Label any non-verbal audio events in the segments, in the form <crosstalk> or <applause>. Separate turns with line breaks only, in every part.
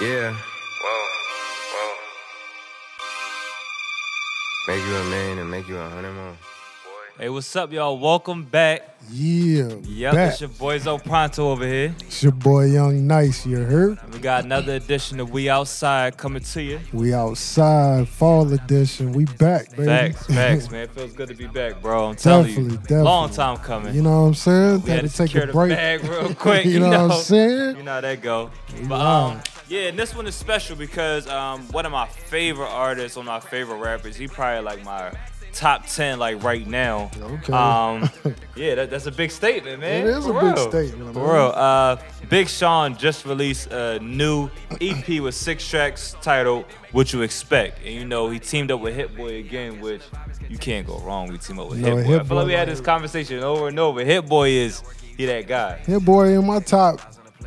Yeah,
Whoa, whoa,
make you a man and make you a hundred more.
boy.
Hey, what's up, y'all? Welcome back.
Yeah.
Yep,
back.
it's your boy Zo Pronto over here.
It's your boy Young Nice, you heard?
We got another edition of We Outside coming to you.
We outside, fall edition. We back, baby. <laughs>
Facts, facts, man. Feels good to be back, bro. I'm telling you.
Definitely, definitely.
Long time coming.
you know what I'm saying?
we had to
take
secure
a
the
break.
bag real quick.
<laughs> you, know, what I'm
You
saying?
know how that go. But um, yeah, and this one is special because um, one of my favorite artists, one of my favorite rappers, he probably like my top ten like right now.
Okay. <laughs>
Um, yeah, that, that's a big statement, man.
It is
For
a big
real.
statement,
For
man.
real. Uh, Big Sean just released a new EP with six tracks titled "What You Expect," and you know he teamed up with Hit Boy again, which you can't go wrong. We team up with
No,
Hit Boy. I
Hit
feel like
Boy,
we had this conversation over and over. Hit Boy is he that guy.
Your boy in my top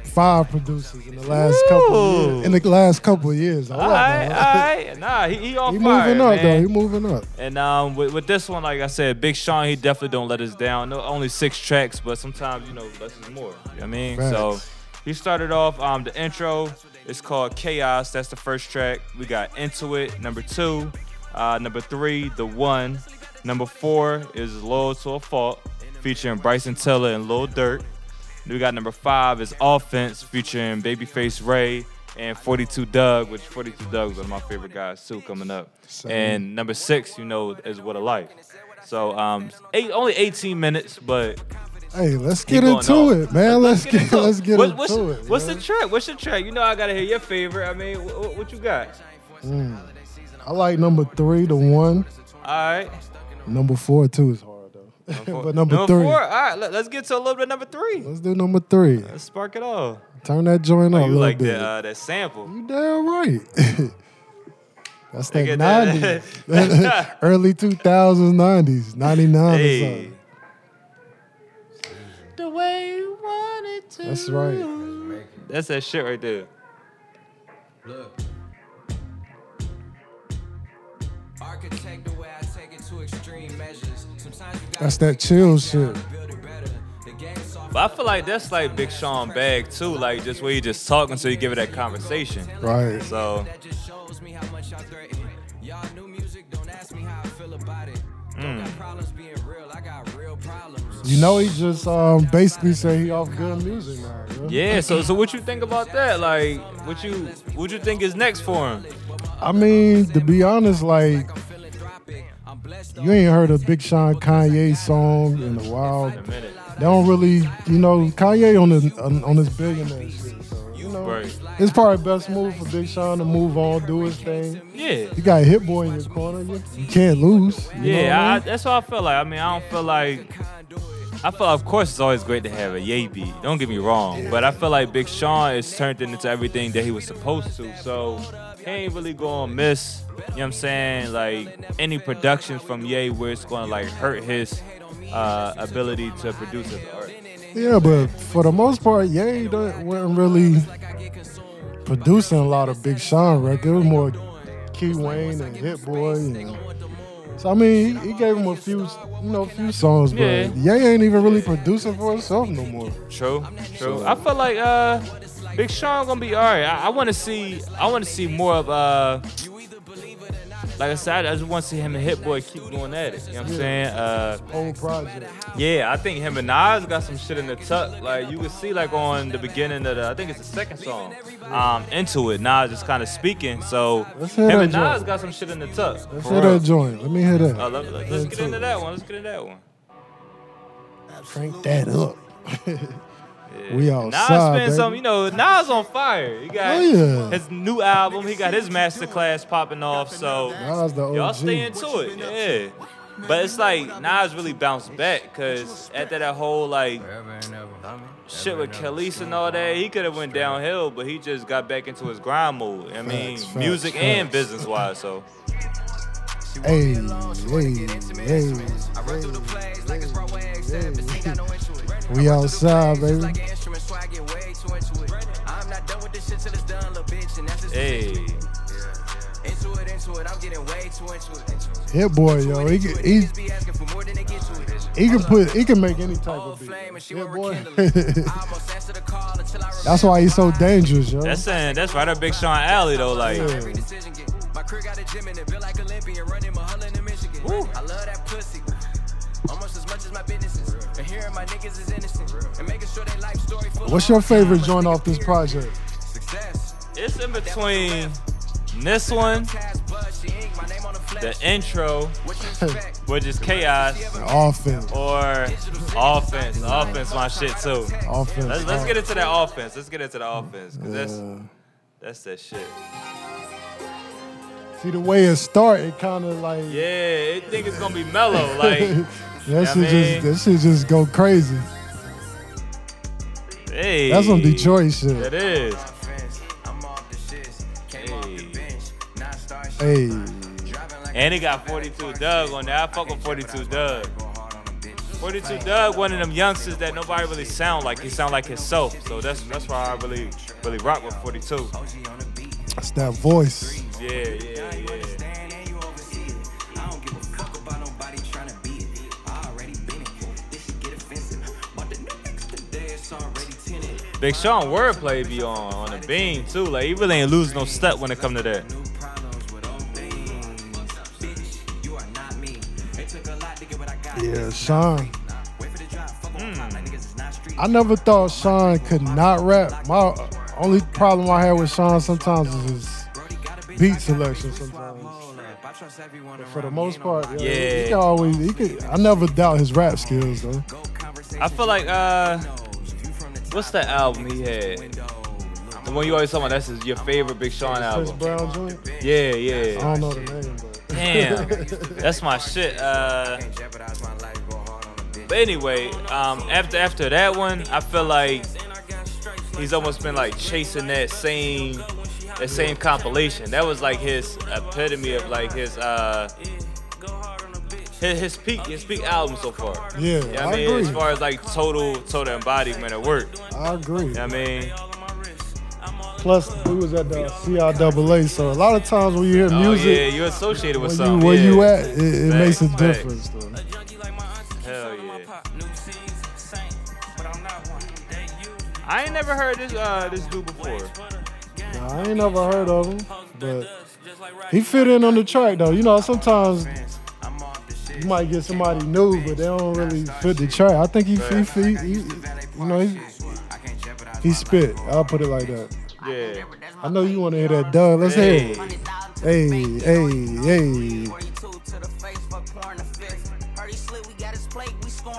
five producers in the last couple
Ooh.
years. In the last couple years. I
All
love
right,
that.
all right. Nah, he, he on
He
fire,
moving up
man.
though. He moving up.
And um, with, with this one, like I said, Big Sean, he definitely don't let us down. No, only six tracks, but sometimes you know less is more. You know what I mean, so
Facts.
he started off um the intro. It's called Chaos. That's the first track. We got Into It, number two, uh, number three, The One, number four is Loyal to a Fault, featuring Bryson Tiller and Lil Durk. We got number five is Offense, featuring Babyface Ray and 42 Doug, which 42 Doug is one of my favorite guys too coming up.
Same.
And number six, you know, is What a Life. So um, eight, only 18 minutes, but
Hey, let's
keep
get
going
into
on.
it, man. Let's, get,
into it.
let's get
What-
into
what's,
it.
What's
man.
the track? What's the track? You know, I gotta hear your favorite. I mean, what, what you got?
I like number three, the one.
All right,
Number four too is hard though. <laughs> but number, three.
four. All right, let, us get to a little bit of number three.
Let's do number three.
Let's spark it off.
Turn that joint
Oh,
on a
you
little
like
bit.
that uh, that sample?
You damn right. <laughs> That's that
Look at that. <laughs>
90s. <laughs> Early 2000s, 90s, 99 or
Hey.
something.
The way you wanted to.
That's right.
That's that shit right there.
Architect the way I take it to extreme measures. Sometimes you gotta
That's that chill shit.
build it better. The game's soft.
But I feel like that's like Big Sean Bag too, like just where you just talking so you give it that conversation.
Right.
So
That just shows me how much y'all threaten. Y'all new music, don't ask me how I feel about it. Don't got problems being real, I got real problems.
You know he just um, basically said he off good music now. bro.
yeah, so so what you think about that? Like what you what you think is next for him?
I mean, to be honest, like
Philanthropic, I'm blessed
you ain't heard a Big Sean Kanye song in a while.
In a minute.
They don't really, you know, Kanye on the on, on this billionaire shit. So, you know,
Right.
it's probably best move for Big Sean to move on, do his thing.
Yeah.
You got Hit Boy in your corner. You, you can't lose. You know what
Yeah,
I
I,
mean?
that's how I feel like. I mean, I don't feel like. I feel, of course, it's always great to have a yay beat. Don't get me wrong, but I feel like Big Sean is turned into everything that he was supposed to. So he ain't really gonna miss. You know what I'm saying? Like any productions from Ye where it's gonna like hurt his uh, ability to produce his art.
yeah, but for the most part, Ye don't- wasn't really producing a lot of Big Sean records. It was more Key Wayne and Hit Boy. And, so I mean, he, he gave him a few, you know, a few songs, but
Yeah.
Ye ain't even really producing for himself no more.
True, true. I feel like uh, Big Sean gonna be all right. I, I want to see, I want to see more of uh, like I said, I just want to see him and Hit Boy keep going at it. You know what I'm saying? Uh,
Whole project.
yeah, I think him and Nas got some shit in the tuck. Like you can see, like on the beginning of the, I think it's the second song, um, into it. Nas is kind of speaking, so
Let's
him
hear that
and Nas
joint.
got some shit in the tuck.
Let's
for
hear
real.
that joint. Let me hear that.
Uh, let, let, let's get
Into
into
It.
that one. Let's get into that one.
Crank that
<laughs>
up.
Yeah.
We
Nas
outside,
been some,
baby.
you know, Nas on fire. He got
Oh, yeah.
his new album. He got his masterclass popping off. So
Nas the
y'all
OG.
stay into it, yeah. But it's like Nas really bounced back because after that whole like shit with Khalees and all that, he could have went downhill, but he just got back into his grind mode. I mean,
Facts,
music
facts,
and
facts.
business wise. So
Hey, hey, hey, hey. <laughs> We outside, baby.
instruments, so I get way too into it. I'm not done with this shit till it's done, little bitch, and that's just
hey,
into it, into it. I'm getting way too into it.
Hit boy, yo, he can, he,
Niggas be asking for more than they get to it.
he can put, he can make any type
Old
of beat.
flame and she
Hit
won't
boy.
rekindle it. I almost answered the call until I
<laughs> That's why he's so dangerous, yo.
That's saying that's right up Big Sean Alley though. Like
Yeah.
My crew got a gym in it, built like Olympian, running Mulholland in Michigan. I love that pussy. Almost as much as my businesses. And hearing my niggas is innocent. And making sure they life story full
What's
of
your favorite joint off this project? <laughs>
success.
it's in between this one,
Cash, blood, she ink, my name on the
the
flesh.
intro,
What you expect?
which is chaos,
Offense.
or offense. Offense, my shit too.
Offense.
Let's, let's get into that offense. Let's get into the offense, cause that's
Yeah.
that's that shit.
See the way it start, it kind of like
Yeah, it think it's gonna be mellow. Like,
<laughs> that
I
should
mean-
just that should just go crazy.
hey,
That's some Detroit shit.
That is.
Offense, I'm off the shits. Came off the
Hey.
bench, not star shit.
Hey,
Driving like
And he got 42 Doug on there. I fuck with 42 Doug. 42 Doug, one of them youngsters that nobody really sound like. He sound like himself. So that's that's why I really really rock with 42.
that's that voice.
Yeah, yeah, yeah. Big Sean wordplay be on on the beam too. Like he really ain't losing no step when it come to that.
Yeah, Sean. Mm. I never thought Sean could not rap. My only problem I had with Sean sometimes is his beat selection. Sometimes, but for the
<laughs>
most part,
Yeah.
yeah, he can always. He could, I never doubt his rap skills though.
I feel like uh, what's that album he had? The one you always talking about. That's his, your favorite Big Sean
Chris
album.
Brown joint.
Yeah,
I
yeah.
don't know the name, but
Damn, that's my shit. Uh, but anyway, um, after after that one, I feel like he's almost been like chasing that same that same compilation. That was like his epitome of like his uh his, his peak his peak album so far.
<laughs>
You
yeah,
know
I
what I mean,
agree.
as far as like total total embodiment of work. You know
I agree.
what I mean,
Plus, we was at the CIAA, so a lot of times when you hear
oh yeah,
music,
you associated with
where, you,
something.
where
yeah.
you at, it, it makes
Facts,
a
facts.
difference. Though.
Hell yeah. I ain't never heard this uh this dude before.
Nah, I ain't never heard of him, but he fit in on the track though. You know, sometimes you might get somebody new, but they don't really fit the track. I think he, he, he, he you know, he, he spit. I'll put it like that.
Yeah.
I know you want to hear that, Doug. Let's
Hey.
hear it. Hey, hey, hey.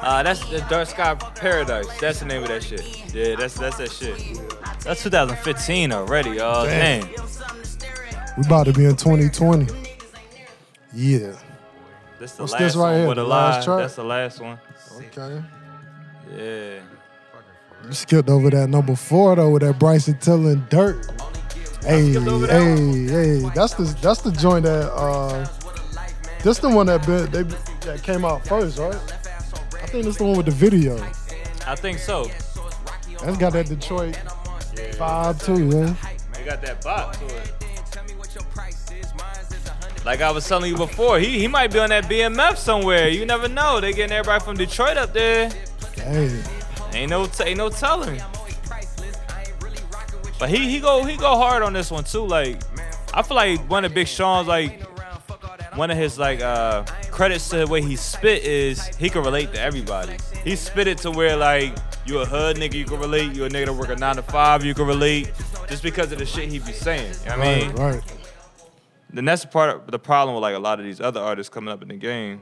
Uh, that's the Dark Sky Paradise. That's the name of that shit. Yeah, that's that's that shit. That's 2015 already, y'all. Damn.
We about to be in 2020. Yeah.
That's the
What's
last
this right
one
here?
with a
The last
lie.
track?
That's the last one.
Okay.
Yeah.
You skipped over that number four though with that Bryson Tiller and Dirt. Hey, hey,
over that
hey! That's the that's the joint that uh, that's the one that been, they that came out first, right? I think that's the one with the video.
I think so.
That's got that Detroit vibe too, yeah.
They got that bop to it. Like I was telling you before, he, he might be on that BMF somewhere. You never know. They getting everybody from Detroit up there.
Hey,
Ain't no t- ain't no telling. But he he go he go hard on this one too. Like I feel like one of Big Sean's like one of his like uh credits to the way he spit is he can relate to everybody. He spit it to where like you a hood nigga you can relate, you a nigga that work a nine to five you can relate just because of the shit he be saying. You know what I mean,
right, right.
then that's the part of the problem with like a lot of these other artists coming up in the game.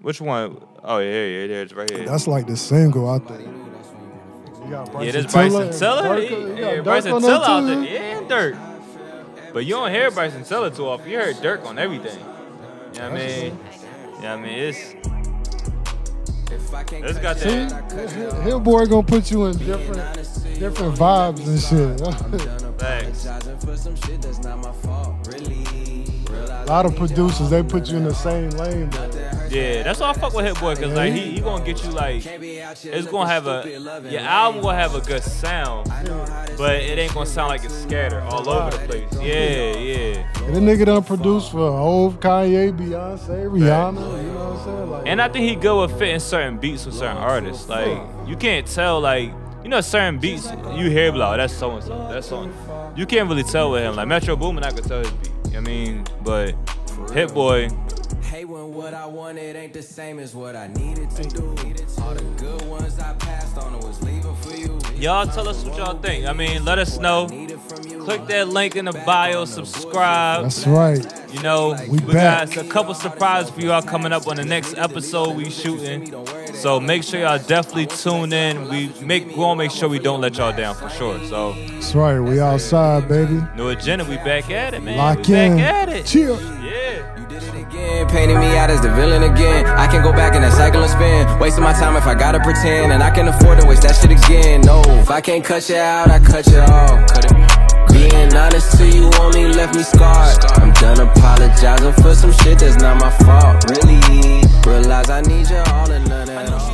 Which one? Oh yeah, yeah, yeah, it's right here.
That's like the single out there. You got
Yeah,
Bryson
this Bryson
and
Tiller.
Dirk- you
Yeah,
got
yeah,
Dirk
Bryson
on
Tiller
there,
out
too.
there. Yeah, Dirk. But you don't hear Bryson Tiller too often. You heard Dirk on everything. You know what I mean? Yeah, I mean it's it's got
See,
that
Hill- Hill boy gonna put you in different different vibes and shit. <laughs>
facts.
A lot of producers they put you in the same lane, but
Yeah, that's why I fuck with Hit Boy, cause like he, he gonna get you like it's gonna have a your album will have a good sound, but it ain't gonna sound like it's scattered all over the place. Yeah, yeah.
the nigga done produced for Hov, Kanye, Beyonce, Rihanna. You know what I'm saying? Like,
And I think he good with fitting certain beats with certain artists. Like you can't tell like You know, certain beats you hear, blah, "Oh, that's so and so, that's so. and You can't really tell with him. Like Metro Boomin, I could tell his beat. You know what I mean, but Hit Boy,
Hey, when what I wanted ain't the same as what I needed to do. All the good ones I passed on was leaving for you.
y'all tell us what y'all think. I mean, let us know.
Needed from you.
Click that link in the bio, subscribe.
That's right.
You know, we,
We back.
got a couple surprises for y'all coming up on the next episode we shooting. So make sure y'all definitely tune in. We make we gonna make sure we don't let y'all down for sure. So
That's right. We outside, baby.
new agenda, we back at it, man.
Lock
we
in.
back at it.
Chill.
Yeah.
You did it again, painting me out as the villain again. I can go back in that cycle and spin. Wasting my time if I gotta pretend, and I can afford to waste that shit again. No, if I can't cut you out, I cut you off. Cut it. Being honest to you only left me scarred. I'm done apologizing for some shit that's not my fault. Really, realize I need you all and none at all.